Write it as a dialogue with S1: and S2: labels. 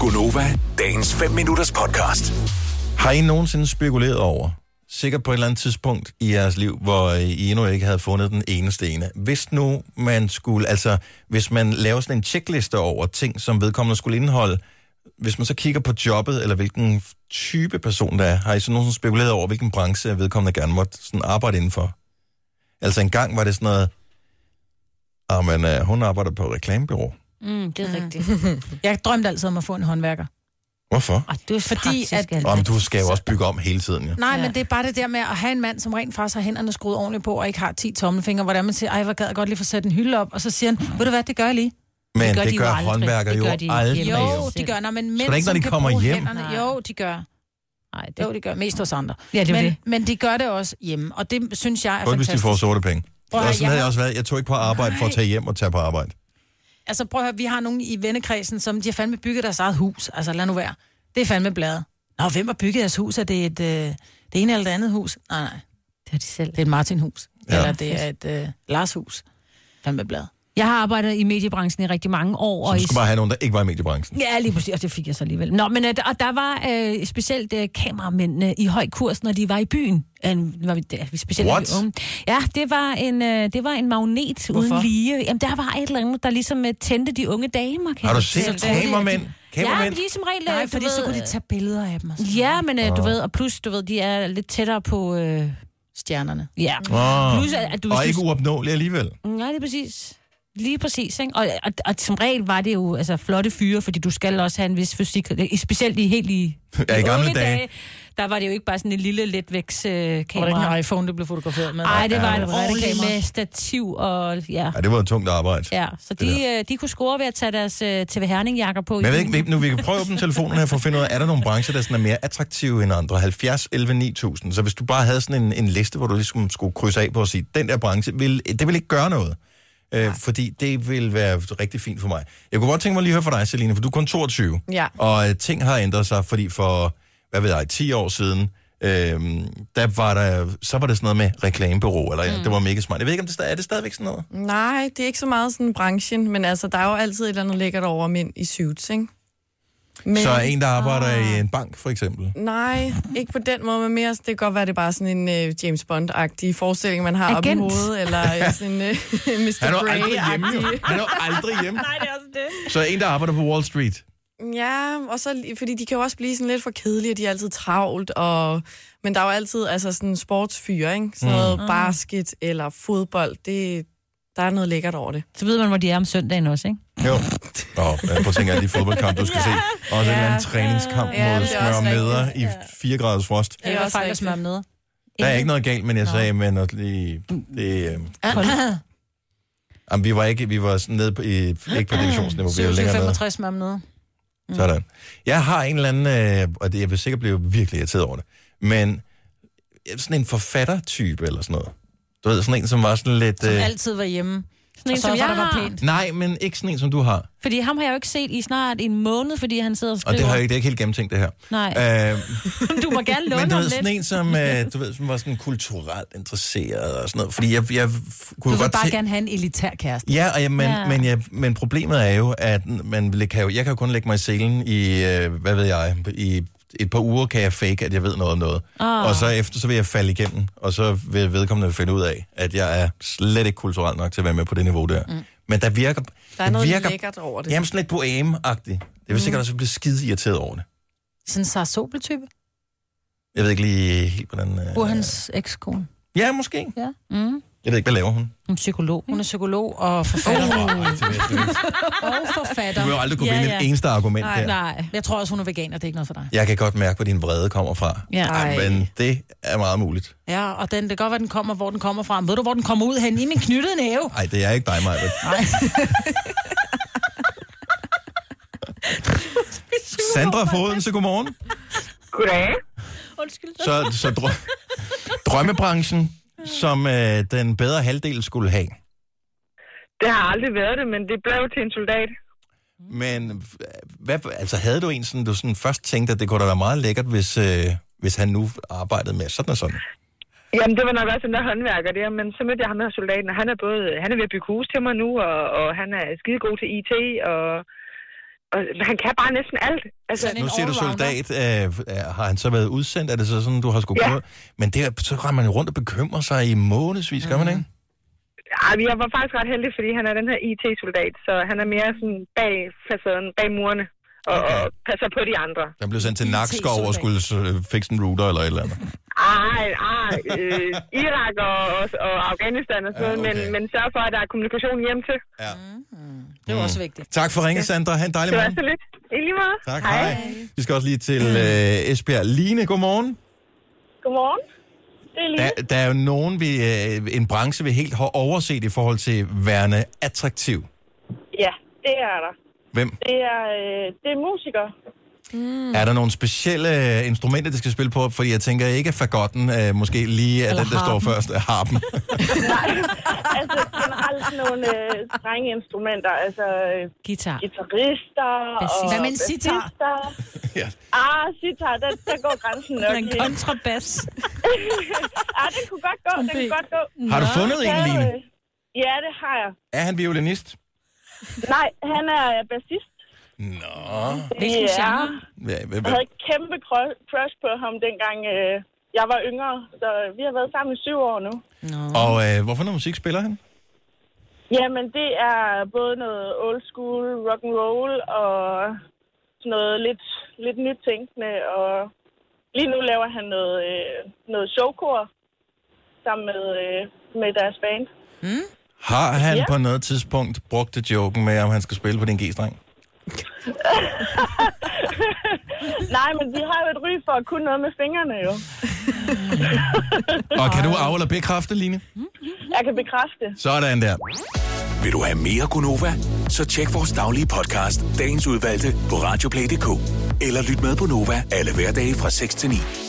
S1: Gunova, dagens 5 minutters podcast.
S2: Har I nogensinde spekuleret over, sikkert på et eller andet tidspunkt i jeres liv, hvor øh, I endnu ikke havde fundet den eneste ene. Hvis nu man skulle, altså hvis man laver sådan en checkliste over ting, som vedkommende skulle indeholde, hvis man så kigger på jobbet, eller hvilken type person der er, har I så nogensinde spekuleret over, hvilken branche vedkommende gerne måtte sådan arbejde indenfor? Altså en gang var det sådan noget, ah, men, øh, hun arbejder på et reklamebyrå.
S3: Mm, det er rigtigt.
S4: Jeg drømte altid om at få en håndværker.
S2: Hvorfor?
S3: Og du er så
S4: Fordi
S3: praktisk,
S4: at-
S3: Alfred.
S2: Om du skal jo også bygge om hele tiden, ja.
S4: Nej,
S3: Ja.
S4: ja. men det er bare det der med at have en mand, som rent faktisk har hænderne skruet ordentligt på, og ikke har 10 tommelfingre, hvordan man siger, ej, hvor gad jeg godt lige få sat en hylde op, og så siger han, ved du hvad, det gør jeg lige.
S2: Men
S3: gør
S2: det gør,
S3: de
S2: det
S3: jo
S2: gør
S3: aldrig.
S2: håndværkere
S3: Det
S2: jo
S3: gør de
S2: aldrig.
S3: hjemme.
S4: Jo,
S3: Jo,
S4: de gør, når men mænd,
S2: Så det er ikke, når de
S4: som kan
S2: kommer
S4: bruge
S2: hjem?
S4: Hænderne,
S3: Nej.
S4: jo, de gør.
S3: Nej, det,
S4: Jo, de gør. Mest hos andre.
S3: ja, det er
S4: men,
S3: jo det.
S4: men de gør det også hjemme, og det synes jeg er
S2: Kun hvis de
S4: Altså, fantastisk.
S2: får sorte penge.
S4: Prøv
S2: Og
S4: at
S2: sådan
S4: høre, jeg
S2: havde jeg
S4: har-
S2: også været. Jeg tog ikke på arbejde for at
S4: Nej.
S2: tage hjem og tage på arbejde.
S4: Altså prøv at høre, vi har nogen i vennekredsen, som de har fandme bygget deres eget hus. Altså lad nu være. Det er fandme bladet. Nå, hvem har bygget deres hus? Er det et, øh, det ene eller det andet hus? Nej, nej.
S3: Det er de selv.
S4: Det er et Martin-hus.
S2: Ja.
S4: Ja. Eller det er et øh, Lars-hus. Fandme bladet.
S3: Jeg har arbejdet i mediebranchen i rigtig mange år.
S2: Så
S3: og
S2: du
S3: i...
S2: skal bare have nogen, der ikke var i mediebranchen.
S3: Ja, lige præcis, og det fik jeg så alligevel. Nå, men øh, og der var øh, specielt øh, kameramændene i høj kurs, når de var i byen. Øh, var vi, der, specielt
S2: What?
S3: Unge. Ja, det var en, øh, det var en magnet Hvorfor? uden
S4: Hvorfor?
S3: lige. Jamen, der var et eller andet, der ligesom øh, tændte de unge damer. Kan
S2: Har du
S3: jeg
S2: set
S3: fortælle dig.
S2: kameramænd?
S3: Ja,
S2: Kameramænd?
S3: men de er som regel... øh,
S4: Nej,
S3: du
S4: fordi
S3: ved,
S4: så kunne de
S3: øh,
S4: tage billeder af dem. Og sådan.
S3: Ja, men øh, du ved, og plus, du ved, de er lidt tættere på... Øh,
S4: Stjernerne.
S3: ja.
S2: Åh.
S3: Plus, at, at du,
S2: Og
S3: hvis
S2: ikke
S3: du,
S2: uopnåelige alligevel.
S3: Nej, det er præcis. Lige præcis, ikke? Og, og, og som regel var det jo altså, flotte fyre, fordi du skal også have en vis fysik, i- specielt i helt i,
S2: Ja, i gamle
S3: unge
S2: dage.
S3: Der var det jo ikke bare sådan en lille letvæks øh,
S4: Var det ikke
S3: kamera.
S4: en iPhone, det blev fotograferet med?
S3: Nej, det var
S2: Ja,
S3: et
S4: det var et
S3: ordentligt
S4: kamera.
S3: med stativ og ja.
S2: Ja, det var et tungt arbejde.
S3: Ja, så de, øh, de kunne score ved at tage deres øh, TV Herning-jakker på.
S2: Men jeg ved ikke, vi- nu vi kan prøve at åbne telefonen her for at finde ud af, er der nogle brancher, der sådan er mere attraktive end andre? 70, 11, 9000. Så hvis du bare havde sådan en, en liste, hvor du ligesom skulle krydse af på at sige, den der branche, vil, det vil ikke gøre noget. Øh, fordi det vil være rigtig fint for mig. Jeg kunne godt tænke mig lige at høre fra dig, Selina, for du er kun 22.
S5: Ja.
S2: Og øh, ting har ændret sig, fordi for, hvad ved jeg, 10 år siden, øh, der var der, så var det sådan noget med reklamebureau, eller mm. det var mega smart. Jeg ved ikke, om det stadig, er det stadigvæk sådan noget?
S5: Nej, det er ikke så meget sådan branchen, men altså, der er jo altid et eller andet lækkert over mænd i suits, ikke? Men,
S2: Så en, der arbejder i en bank, for eksempel.
S5: Nej, ikke på den måde, men mere, det kan godt være, det er bare sådan en uh, James Bond-agtig forestilling, man har oppe i
S3: Agent.
S5: hovedet, eller øh, sådan en uh, Mr.
S2: Han er jo aldrig hjemme,
S5: Grey-agtig.
S2: jo. Han er jo aldrig hjemme.
S5: Nej, det er også det.
S2: Så en, der arbejder på Wall Street.
S5: Ja, og så, lige- fordi de kan jo også blive sådan lidt for kedelige, og de er altid travlt, og, men der er jo altid altså sådan sportsfyre, ikke? Sådan noget basket eller fodbold, det, der er noget lækkert over det.
S3: Så ved man, hvor de er om søndagen også, ikke?
S2: Jo. Nå, jeg prøver at tænke alle de fodboldkampe, du skal se. Og så en eller anden træningskamp
S5: Ja,
S2: mod
S5: det er også
S2: smør med
S5: rigtigt.
S2: i 4 graders frost.
S4: Det var fejl at smøre dem ned.
S2: Der er ikke noget galt, men jeg sagde, men at lige, det, øh, jamen, vi var ikke, vi var sådan nede på, i, ikke på divisionsniveau, vi var længere nede.
S4: 65 smør dem ned.
S2: Sådan. Jeg har en eller anden, øh, og det, jeg vil sikkert blive virkelig irriteret over det, men sådan en forfattertype eller sådan noget. Du ved, sådan en, som var sådan lidt...
S4: Som
S2: Øh,
S4: altid var hjemme.
S3: Sådan en,
S4: Og så
S3: som
S4: var
S3: jeg
S4: der var
S3: har.
S4: pænt.
S2: nej, men ikke sådan en, som du har.
S3: Fordi ham har jeg jo ikke set i snart en måned, fordi han sidder og
S2: Og
S3: skriver.
S2: det, har jeg ikke, det er ikke helt gennemtænkt, det her.
S3: Nej,
S2: Øh,
S3: du må gerne låne
S2: men du
S3: ham
S2: ved, sådan
S3: lidt.
S2: en, som, øh, du ved, som var sådan kulturelt interesseret og sådan noget. Fordi jeg, jeg f- kunne
S4: Du vil
S2: godt
S4: bare
S2: se-
S4: gerne have en elitær kæreste.
S2: Ja, og jeg, men, ja.
S3: Ja.
S2: Men, jeg, men problemet er jo, at man vil- kan jo, jeg kan jo kun lægge mig i selen i, øh, hvad ved jeg, i et par uger kan jeg fake, at jeg ved noget om noget.
S3: Ah.
S2: Og så efter, så vil jeg falde igennem, og så vil vedkommende finde ud af, at jeg er slet ikke kulturelt nok til at være med på det niveau der. Mm. Men der virker...
S5: Der er noget
S2: virker,
S5: lækkert over det.
S2: Jamen sådan lidt boheme-agtigt. Jeg vil sikkert også blive skide irriteret over det.
S4: Sådan en Sarah Sobel-type.
S2: Jeg ved ikke lige helt, hvordan... Øh...
S4: Urhans ekskone.
S2: Ja, måske.
S3: Mm.
S2: Jeg ved ikke, hvad laver hun?
S3: En psykolog.
S4: Hun er psykolog og forfatter.
S2: Ej, det ved jeg slet ikke.
S4: og
S2: Du vil jo
S4: forfatter.
S2: aldrig kunne
S3: Ja,
S2: vinde
S3: ja.
S2: et eneste argument
S5: Nej,
S2: der.
S3: Nej.
S4: Jeg tror også, hun er veganer. Det er ikke noget for dig.
S2: Jeg kan godt mærke, hvor din vrede kommer fra.
S3: Ja.
S2: Ej, men det er meget muligt.
S4: Ja, og den, det kan godt være, den kommer, hvor den kommer fra. Men ved du, hvor den kommer ud hen? I min knyttede næve.
S2: Nej, det er ikke dig, Maja. Sandra Foden, så godmorgen.
S6: Goddag.
S3: Undskyld.
S2: Så, så drø- drømmebranchen, som øh, den bedre halvdel skulle have.
S6: Det har aldrig været det, men det blev til en soldat.
S2: Men øh, hvad, altså, havde du en sådan, du sådan først tænkte, at det kunne da være meget lækkert, hvis, øh, hvis han nu arbejdede med sådan og sådan?
S6: Jamen, det var nok også en der håndværker der, men så mødte jeg ham her soldaten, og han er både, han er ved at bygge hus til mig nu, og, og han er skidegod til IT, og, og og han kan bare næsten alt. Altså,
S4: Sådan en
S2: Nu siger du
S4: allrounder.
S2: soldat. Øh, øh, har han så været udsendt? Er det så sådan, du har skulle
S6: Ja.
S2: ja. Men det, er- så rammer man jo rundt og bekymrer sig i månedsvis, gør
S3: Mm.
S2: man ikke?
S6: ej, jeg var faktisk ret heldig, fordi han er den her IT-soldat, så han er mere sådan bag facaden, bag murene, og,
S2: Okay.
S6: okay. og passer på de andre.
S2: Den blev sendt til Nakskov og skulle øh, fikse en router eller et eller andet.
S6: Ej, ej, øh, Irak og, og, og Afghanistan og sådan
S2: Ja,
S6: noget, men,
S2: okay.
S6: men sørg for, at der er kommunikation hjem til.
S2: Ja.
S4: Det er jo også vigtigt.
S2: Tak for ringen, Sandra. Ha' en dejlig
S6: Det var
S2: morgen.
S6: så lidt. I lige måde.
S2: Tak, hej. Vi skal også lige til øh, Esbjerg. Line, godmorgen.
S6: Godmorgen. Det er lige.
S2: Der, der er jo nogen, vi, øh, en branche, vi helt har overset i forhold til værende attraktiv.
S6: Ja, det er der.
S2: Hvem?
S6: Det er, øh, det er musikere.
S3: Mm.
S2: Er der nogle specielle øh, instrumenter, de skal spille på? Fordi jeg tænker ikke, at fagotten øh, måske lige er
S3: Eller
S2: den, der står
S3: harpen.
S2: først. Harpen.
S6: altså generelt nogle øh, strengeinstrumenter, altså øh,
S3: Guitar.
S6: guitarister
S3: Bassist.
S6: og
S4: Hvad med en sitar?
S6: bassister.
S2: ja.
S6: Ah, sitar, der, der går grænsen nok
S3: En
S6: lige.
S3: kontrabas.
S6: Ah, den kunne godt gå, den kunne godt gå.
S2: Har du fundet en, Line?
S6: Øh, Ja, det har jeg.
S2: Er han violinist?
S6: Nej, han er øh, bassist.
S2: Nå.
S3: Hvilken
S6: Ja.
S3: genre?
S2: Ja, hvad,
S6: Jeg
S2: hvad?
S6: havde et kæmpe cru- crush på ham, dengang øh, jeg var yngre. Så vi har været sammen i syv år nu.
S2: Og øh, hvorfor noget musik spiller han?
S6: Jamen, det er både noget old school rock and roll og sådan noget lidt, lidt nyt tænkende. Og lige nu laver han noget, øh, noget showkor sammen med, øh, med deres band.
S2: Har han ja.
S6: Ja.
S2: på noget tidspunkt brugt det joken med, om han skal spille på din G-streng?
S6: Nej, men de har jo et ry for at kunne noget med fingrene jo.
S2: Og kan du af- eller bekræfte, Line?
S6: Jeg kan bekræfte.
S2: Sådan der.
S1: Vil du have mere Gunova? Så tjek vores daglige podcast, dagens udvalgte, på radioplay.dk. Eller lyt med på Nova alle hverdage fra 6 til 9.